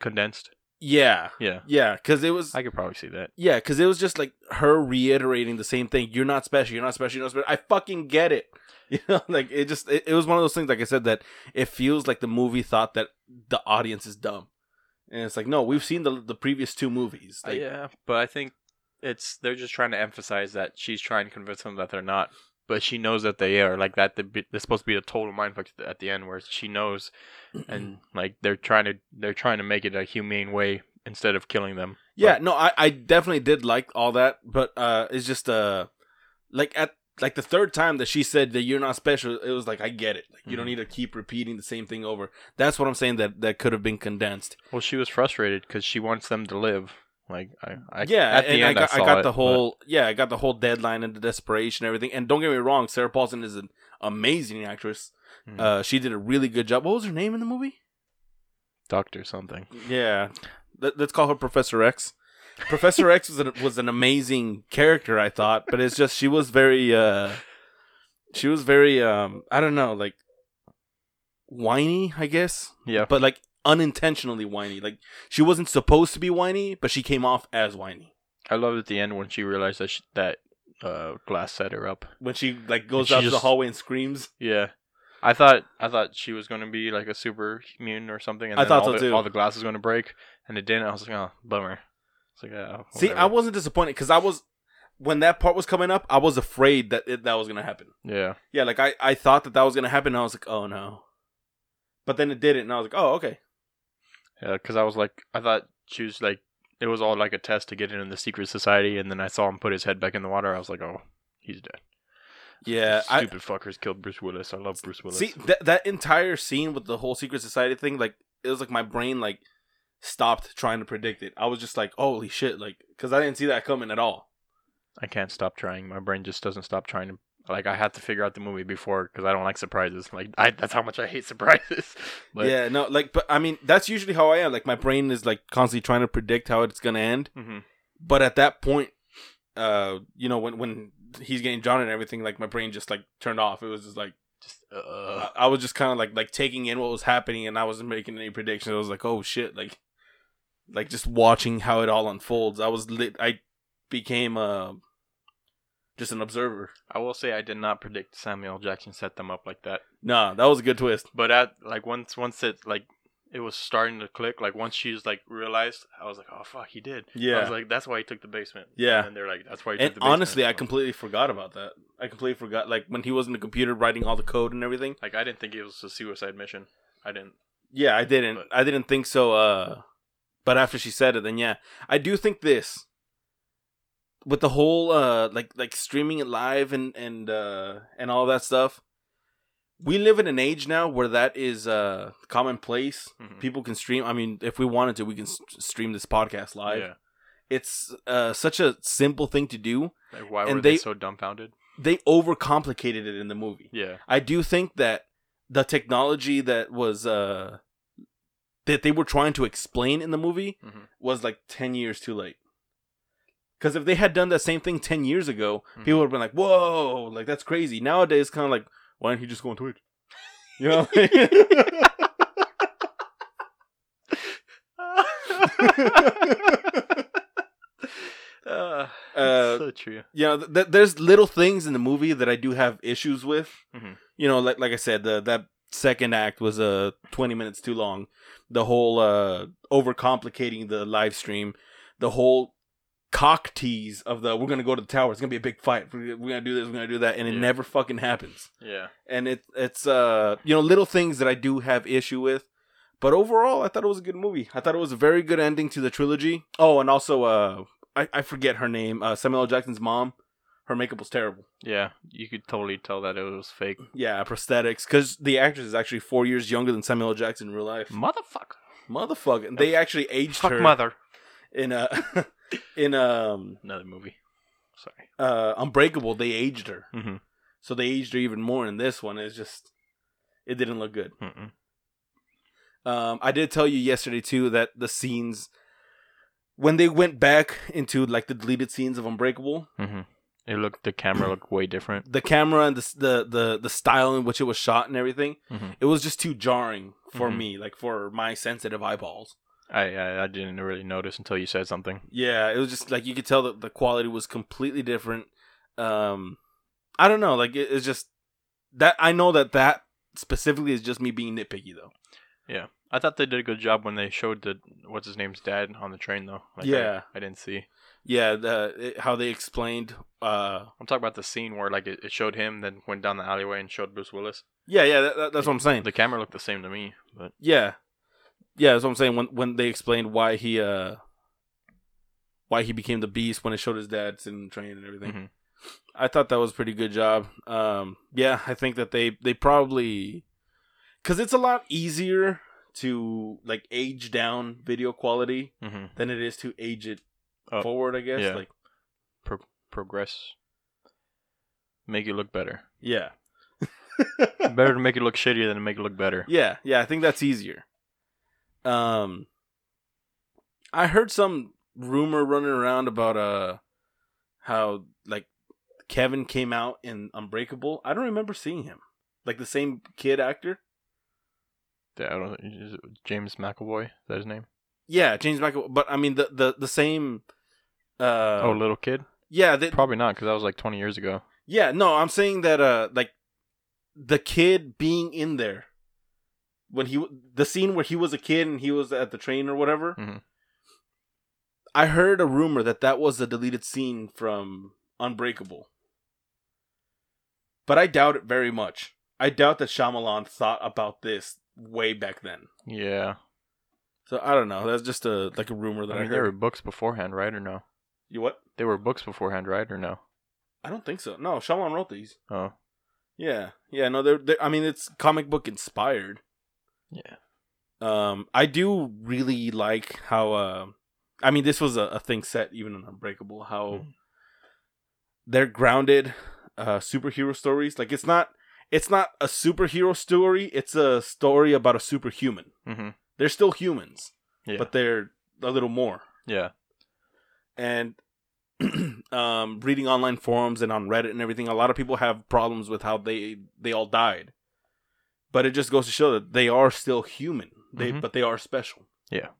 condensed. yeah, Yeah, yeah, because it was I could probably see that. yeah, because it was just like her reiterating the same thing. You're not special. You're not special. You're not special. I fucking get it. [LAUGHS] You know, like it just it, it was one of those things. Like I said, that it feels like the movie thought that the audience is dumb, and it's like no, we've seen the the previous two movies. Uh, Like, yeah, but I think it's they're just trying to emphasize that she's trying to convince them that they're not, but she knows that they are. Like that, they're, they're supposed to be a total mindfuck at the- at the end, where she knows, [CLEARS THROAT] and like they're trying to they're trying to make it a humane way instead of killing them. Yeah, no, I, I definitely did like all that, but uh it's just uh like at like the third time that she said that you're not special, it was like I get it. Like you don't Mhm. need to keep repeating the same thing over. That's what I'm saying that that could have been condensed. Well, she was frustrated because she wants them to live. Like I, I yeah, at the and end I got I, saw got it, the but- whole yeah, I got the whole deadline and the desperation and everything. And don't get me wrong, Sarah Paulson is an amazing actress. Mhm. Uh she did a really good job. What was her name in the movie? doctor something. Yeah, Let, let's call her Professor X. Professor X was an, was an amazing character, I thought, but it's just she was very, uh she was very, um I don't know, like whiny, I guess, Yeah, but like unintentionally whiny. Like she wasn't supposed to be whiny, but she came off as whiny I loved at the end when she realized that she, that uh, glass set her up. when she like goes she out to the just- hallway and screams. Yeah. I thought I thought she was gonna be like a super immune or something, and I then thought all so, the, too. all the glass was gonna break, and it didn't. I was like, oh, bummer. It's like, oh, See, I whatever. wasn't disappointed because I was when that part was coming up, I was afraid that it, that was gonna happen. yeah, Yeah, like I, I thought that that was gonna happen. And I was like, oh no, but then it didn't, and I was like, oh okay, yeah, because I was like, I thought she was like, it was all like a test to get into the secret society, and then I saw him put his head back in the water. I was like, oh, he's dead. yeah. I Stupid fuckers killed Bruce Willis. I love Bruce Willis. see that that entire scene with the whole secret society thing. Like it was like my brain like stopped trying to predict it. I was just like, holy shit, like because I didn't see that coming at all. I can't stop trying. My brain just doesn't stop trying to. Like I have to figure out the movie before because I don't like surprises. Like I, that's how much I hate surprises. [LAUGHS] But yeah, no, like but I mean that's usually how I am. Like my brain is like constantly trying to predict how it's gonna end. hmm But at that point, uh, you know when when he's getting John and everything, like my brain just like turned off. It was just like. just uh, I I was just kind of like like taking in what was happening, and I wasn't making any predictions. I was like, "Oh shit!" Like, like just watching how it all unfolds. I was lit. I became uh, just an observer. I will say I did not predict Samuel Jackson set them up like that. Nah, that was a good twist. But at like once once it like it was starting to click, like once she's like realized, I was like, Oh fuck, he did. I Yeah. was like, that's why he took the basement. Yeah. And they're like, That's why he And took the basement. honestly, I was completely forgot about that. I completely forgot. Like when he was in the computer writing all the code and everything. like I didn't think it was a suicide mission. I didn't Yeah, I didn't. But- I didn't think so. Uh, but after she said it, then yeah, I do think this with the whole uh like like streaming it live and and uh and all that stuff. We live in an age now where that is uh commonplace. Mhm. People can stream. I mean, if we wanted to, we can s- stream this podcast live. Yeah. It's uh such a simple thing to do. Like why And were they, they- so dumbfounded? They overcomplicated it in the movie. [LAUGHS] Yeah. [LAUGHS] I do think that the technology that was uh that they were trying to explain in the movie Mhm. was like 10 years too late. Cuz if they had done that same thing 10 years ago, Mhm. people would have been like, "Whoa, like that's crazy." Nowadays kind of like, "Why didn't he just go on Twitch?" [LAUGHS] You know? uh, Uh, [LAUGHS] Ah, so get you. Yeah, th- th- there's little things in the movie that I do have issues with. Mhm. You know, like like I said, the, that second act was uh 20 minutes too long. The whole uh overcomplicating the live stream, the whole cock tease of the we're gonna go to the tower. It's gonna be a big fight. We're we're gonna do this. We're gonna do that, and it Yeah. never fucking happens Yeah. and it it's uh you know little things that I do have issue with, but overall I thought it was a good movie. I thought it was a very good ending to the trilogy. Oh, and also uh I, I forget her name, uh, Samuel L. Jackson's mom. Her makeup was terrible. Yeah. You could totally tell that it was fake. Yeah, prosthetics because the actress is actually four years younger than Samuel L. Jackson in real life. Motherfucker. Motherfucker, they actually aged Fuck her mother. in uh [LAUGHS] in um Another movie. Sorry. uh Unbreakable. They aged her, Mhm. so they aged her even more in this one. It's just it didn't look good. Mm-mm. Um, I did tell you yesterday too that the scenes when they went back into like the deleted scenes of Unbreakable, Mm-hmm. It looked. The camera looked way different. the camera and the s- the the, the style in which it was shot and everything, Mhm. it was just too jarring for Mhm. me, like for my sensitive eyeballs. I, I I didn't really notice until you said something. Yeah, it was just like you could tell that the quality was completely different. Um, I don't know, like it, it's just that I know that that specifically is just me being nitpicky though. I thought they did a good job when they showed the what's his name's dad on the train though. Like, I- Yeah. I, didn't see. Yeah, the, it, how they explained uh I'm talking about the scene where like it, it showed him, then went down the alleyway and showed Bruce Willis. yeah, yeah, that, that, that's what I'm saying. The camera looked the same to me, but Yeah, yeah. That's what I'm saying. When when they explained why he uh why he became the beast when it showed his dad sitting in the train and everything, Mhm. I thought that was a pretty good job. Um, yeah, I think that they they probably because it's a lot easier to like age down video quality Mhm. than it is to age it Up. forward. I guess. Yeah. Like progress, make it look better. yeah, [LAUGHS] better to make it look shittier than to make it look better. Yeah, yeah, I think that's easier. Um I heard some rumor running around about uh how like Kevin came out in Unbreakable. I don't remember seeing him. Like the same kid actor? Yeah, I don't. Is it James McAvoy, is that his name? Yeah, James Michael, but I mean the the the same uh oh, little kid. yeah, they, Probably not, because that was like 20 years ago. yeah, no, I'm saying that uh like the kid being in there when he w- the scene where he was a kid and he was at the train or whatever. Mhm. I heard a rumor that that was a deleted scene from Unbreakable, but I doubt it very much. I doubt that Shyamalan thought about this way back then. Yeah, So I don't know. That's just a like a rumor that I, I mean heard. there were books beforehand, right or no? You what? There were books beforehand, right or no? I don't think so. No, Shyamalan wrote these. Oh, Yeah, yeah. No, they're, they're I mean, it's comic book inspired. yeah. Um, I do really like how. Uh, I mean, this was a, a thing set even in Unbreakable. How Mhm. they're grounded uh, superhero stories. Like it's not. It's not a superhero story. It's a story about a superhuman. Mm-hmm. They're still humans, Yeah. but they're a little more. yeah. And [CLEARS THROAT] um, reading online forums and on Reddit and everything, a lot of people have problems with how they they all died. But it just goes to show that they are still human. They Mhm. but they are special. Yeah.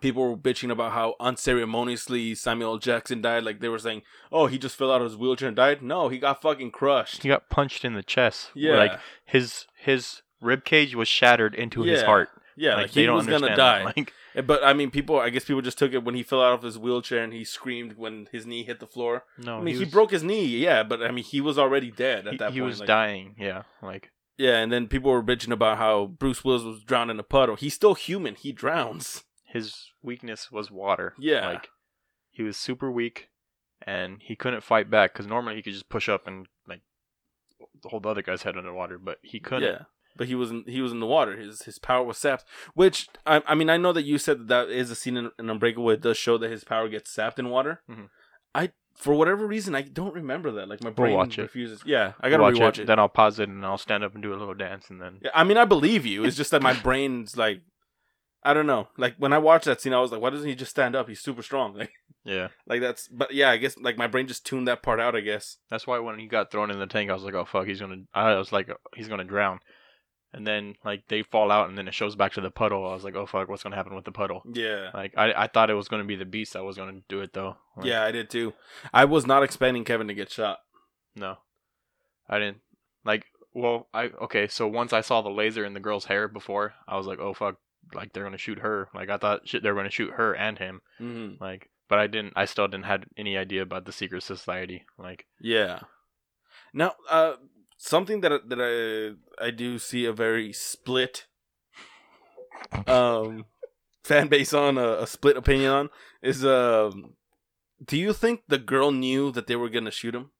People were bitching about how unceremoniously Samuel L. Jackson died. Like they were saying, "Oh, he just fell out of his wheelchair and died." No, he got fucking crushed. He got punched in the chest. Yeah, Like his his rib cage was shattered into his Yeah. heart. yeah, like, like he they don't was gonna understand die. that. Like But I mean, people. I guess people just took it when he fell out of his wheelchair and he screamed when his knee hit the floor. no, I mean, he, Oh, was- broke his knee, yeah, but I mean, he was already dead at He, that he point. was like- dying. Yeah, like Yeah, and then people were bitching about how Bruce Willis was drowned in a puddle. He's still human. He drowns. his weakness was water. Yeah. like he was super weak, and he couldn't fight back because normally he could just push up and like hold the other guy's head underwater, but he [LAUGHS] couldn't. Yeah, but he was in, he was in the water. His his power was sapped. Which I I mean I know that you said that, that is a scene in, in Unbreakable. where It does show that his power gets sapped in water. Mhm. I for whatever reason I don't remember that. Like my brain watch it. refuses. Yeah, I gotta watch rewatch it. Then I'll pause it and I'll stand up and do a little dance, and then Yeah, I mean I believe you. It's just that [LAUGHS] my brain's like. I don't know. Like when I watched that scene, I was like, "Why doesn't he just stand up? He's super strong." [LAUGHS] Like, yeah. like that's. But yeah, I guess like my brain just tuned that part out. I guess. That's why when he got thrown in the tank, I was like, oh fuck, he's gonna. I was like, he's gonna uh, drown. and then like they fall out, and then it shows back to the puddle. I was like, oh fuck, what's gonna happen with the puddle? Yeah. Like I, I thought it was gonna be the beast that was gonna do it though. Like, Yeah, I did too. I was not expecting Kevin to get shot. No, I didn't. Like, well, I okay. So once I saw the laser in the girl's hair before, I was like, oh fuck, like they're gonna shoot her. Like I thought shit, they were gonna shoot her and him. Mm-hmm. Like, but I didn't. I still didn't had any idea about the secret society. Like, Yeah. Now, uh, something that that I I do see a very split, um, [LAUGHS] fan base on a, a split opinion on is um, do you think the girl knew that they were gonna shoot him?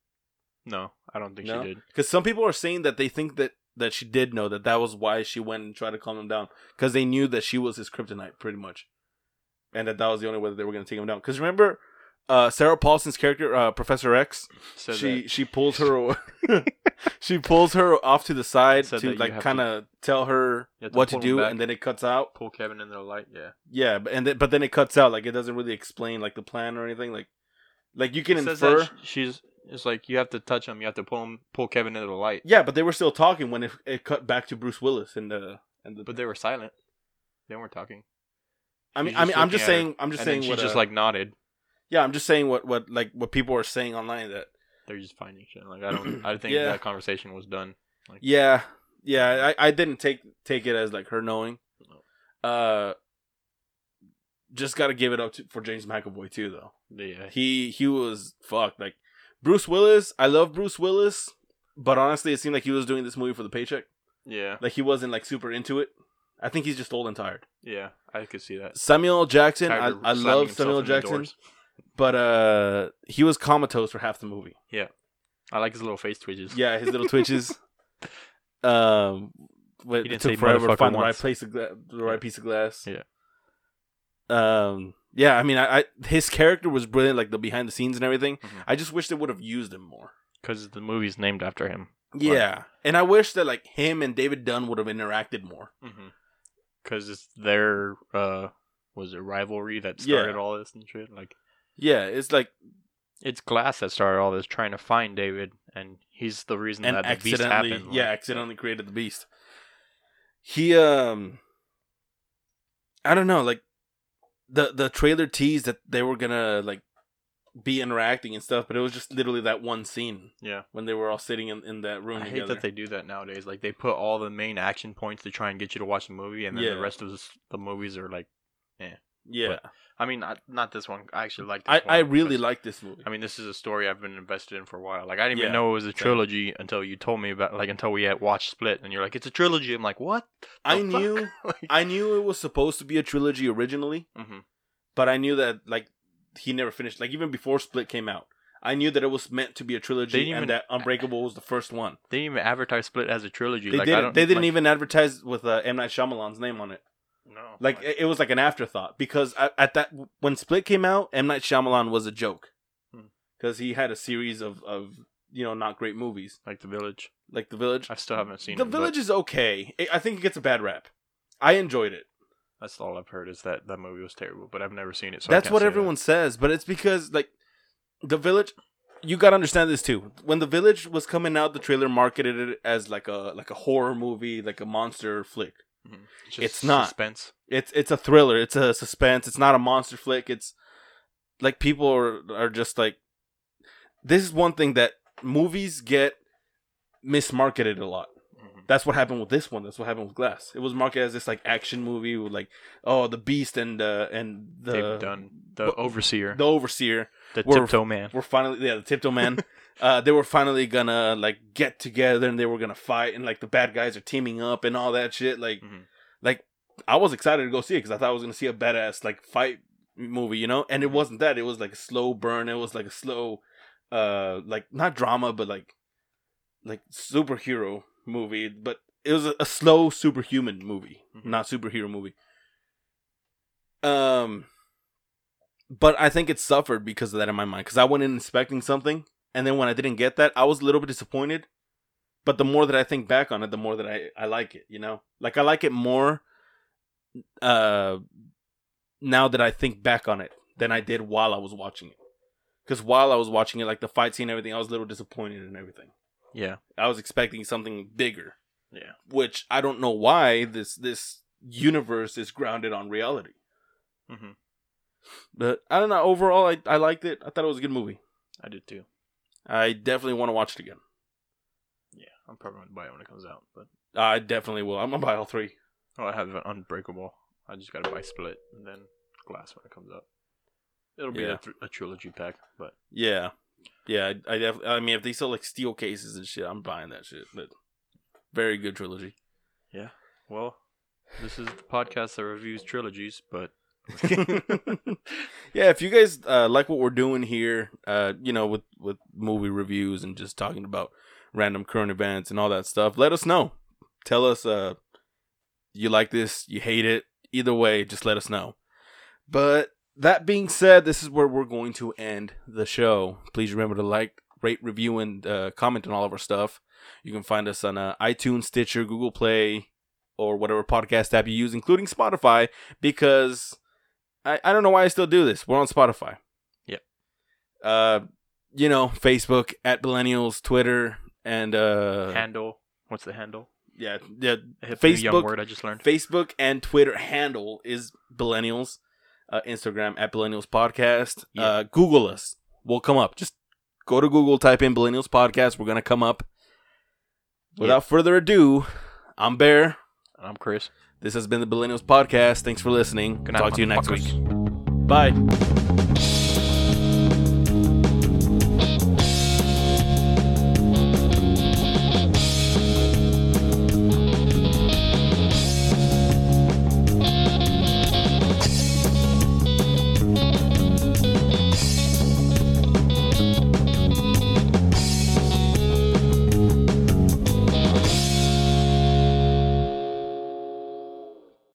no, I don't think No? she did. Because some people are saying that they think that that she did know that that was why she went and tried to calm him down because they knew that she was his kryptonite pretty much, and that that was the only way that they were gonna take him down. Because remember, uh, Sarah Paulson's character, uh, Professor X Said she that- she pulls her away. [LAUGHS] she pulls her off to the side Said to that you like have kind of tell her You have to what to pull 'em do, back. and then it cuts out. pull Kevin in their light. Yeah, Yeah, but and then, but then it cuts out. Like it doesn't really explain like the plan or anything. Like like you can It says that infer. sh- she's. It's like you have to touch him. You have to pull him, pull Kevin into the light. yeah, but they were still talking when it, it cut back to Bruce Willis and the and the. But they were silent. They weren't talking. I mean, she's I just mean, I'm looking just at her, saying, I'm just and saying then she what. just uh, like nodded. yeah, I'm just saying what what like what people are saying online that They're just finding shit. Like I don't. I [CLEARS THROAT] think Yeah. that conversation was done. Yeah, yeah. I, I didn't take take it as like her knowing. Uh, just gotta give it up to, for James McAvoy too, though. Yeah. He he was fucked. Like Bruce Willis, I love Bruce Willis, but honestly, it seemed like he was doing this movie for the paycheck. Yeah. Like he wasn't like super into it. I think he's just old and tired. Yeah. I could see that. Samuel Jackson, I, Tired of I slamming love himself Samuel in the Jackson, doors. but uh, he was comatose for half the movie. I like his little face twitches. Yeah, his little twitches. [LAUGHS] Um, but He it didn't took say forever to motherfucker find the right once. place, of gla- the right Yeah. piece of glass. Yeah. Um. Yeah, I mean, I, I his character was brilliant, like the behind the scenes and everything. Mhm. I just wish they would have used him more. Because the movie's named after him. Yeah, and I wish that like him and David Dunn would have interacted more. Mm-hmm. Because it's their uh, was it rivalry that Yeah. started all this and shit. Like Yeah, it's like it's Glass that started all this, trying to find David, and he's the reason and that the beast accidentally, happened. yeah, like- accidentally created the beast. He, um, I don't know, like the the trailer teased that they were gonna like be interacting and stuff, but it was just literally that one scene Yeah. when they were all sitting in, in that room I hate together. that they do that nowadays. Like they put all the main action points to try and get you to watch the movie, and then Yeah. the rest of this, the movies are like. yeah, I mean, I, not this one. I actually like. This I, I one really because- like this movie. I mean, this is a story I've been invested in for a while. Like, I didn't Yeah. even know it was a trilogy until you told me about. Like, until we had watched Split, and you're like, "It's a trilogy." I'm like, "What?" [LAUGHS] the I fuck?" knew, Like- I knew it was supposed to be a trilogy originally, Mhm. but I knew that like he never finished. Like even before Split came out, I knew that it was meant to be a They trilogy, didn't and even- that Unbreakable was the first one. They didn't even advertise Split as a trilogy. They like, I didn't. don't, They didn't like- even advertise with uh, M Night Shyamalan's name on it. No. Like it, it was like an afterthought because at, at that when Split came out, M Night Shyamalan was a joke Hmm. because he had a series of of you know not great movies like the Village. like The Village. I still haven't seen The it, but Village is okay. I- I think it gets a bad rap. I enjoyed it. That's all I've heard is that that movie was terrible, but I've never seen it. So I That's can't what say that. everyone says, but it's because like The Village. You gotta understand this too. When The Village was coming out, the trailer marketed it as like a like a horror movie, like a monster flick. Just it's not. suspense. it's it's a thriller it's a suspense it's not a monster flick it's like people are are just like this is one thing that movies get mismarketed a lot Mhm. that's what happened with this one that's what happened with glass it was marketed as this like action movie with like oh the beast and uh and the They've done the but- overseer, the overseer the we're- tiptoe man. were finally yeah the tiptoe man uh they were finally gonna like get together and they were gonna fight and like the bad guys are teaming up and all that shit like Mhm. like I was excited to go see it because I thought I was gonna see a badass like fight movie, you know. And it wasn't that. It was like a slow burn. It was like a slow, uh, like not drama, but like like superhero movie. But it was a, a slow superhuman movie, Mhm. not superhero movie. Um, but I think it suffered because of that in my mind. Because I went in expecting something, and then when I didn't get that, I was a little bit disappointed. But the more that I think back on it, the more that I I like it. You know, like I like it more. Uh, now that I think back on it, than I did while I was watching it. Because while I was watching it, like the fight scene, and everything, I was a little disappointed and everything. Yeah, I was expecting something bigger. Yeah. Which I don't know why this this universe is grounded on reality. Mhm. But I don't know. Overall, I, I liked it. I thought it was a good movie. I did too. I definitely want to watch it again. Yeah, I'm probably gonna buy it when it comes out. But I definitely will. I'm gonna buy all three. oh, I have an Unbreakable. I just gotta buy Split and then Glass when it comes out. It'll be Yeah. a, thr a trilogy pack, but Yeah, yeah. I, I def- I mean, if they sell like steel cases and shit, I'm buying that shit. But very good trilogy. [LAUGHS] well, this is the podcast that reviews trilogies. But yeah, if you guys uh, like what we're doing here, uh, you know, with with movie reviews and just talking about random current events and all that stuff, let us know. Tell us uh, you like this, you hate it. Either way, just let us know. But that being said, this is where we're going to end the show. Please remember to like, rate, review, and uh, comment on all of our stuff. You can find us on uh, iTunes, Stitcher, Google Play, or whatever podcast app you use, including Spotify, because I, I don't know why I still do this. We're on Spotify. Yep. Uh, you know, Facebook at Millennials, Twitter, and uh, handle, what's the handle? yeah, yeah, A hip new Facebook- young word I just learned. Facebook and Twitter handle is Millennials. Uh, Instagram at Millennials Podcast. Yeah. Uh, Google us. We'll come up. Just go to Google, type in Millennials Podcast. We're going to come up. Yeah. Without further ado, I'm Bear. I'm Chris. This has been the Millennials Podcast. Thanks for listening. Good night, Talk to you next motherfuckers. week. Bye.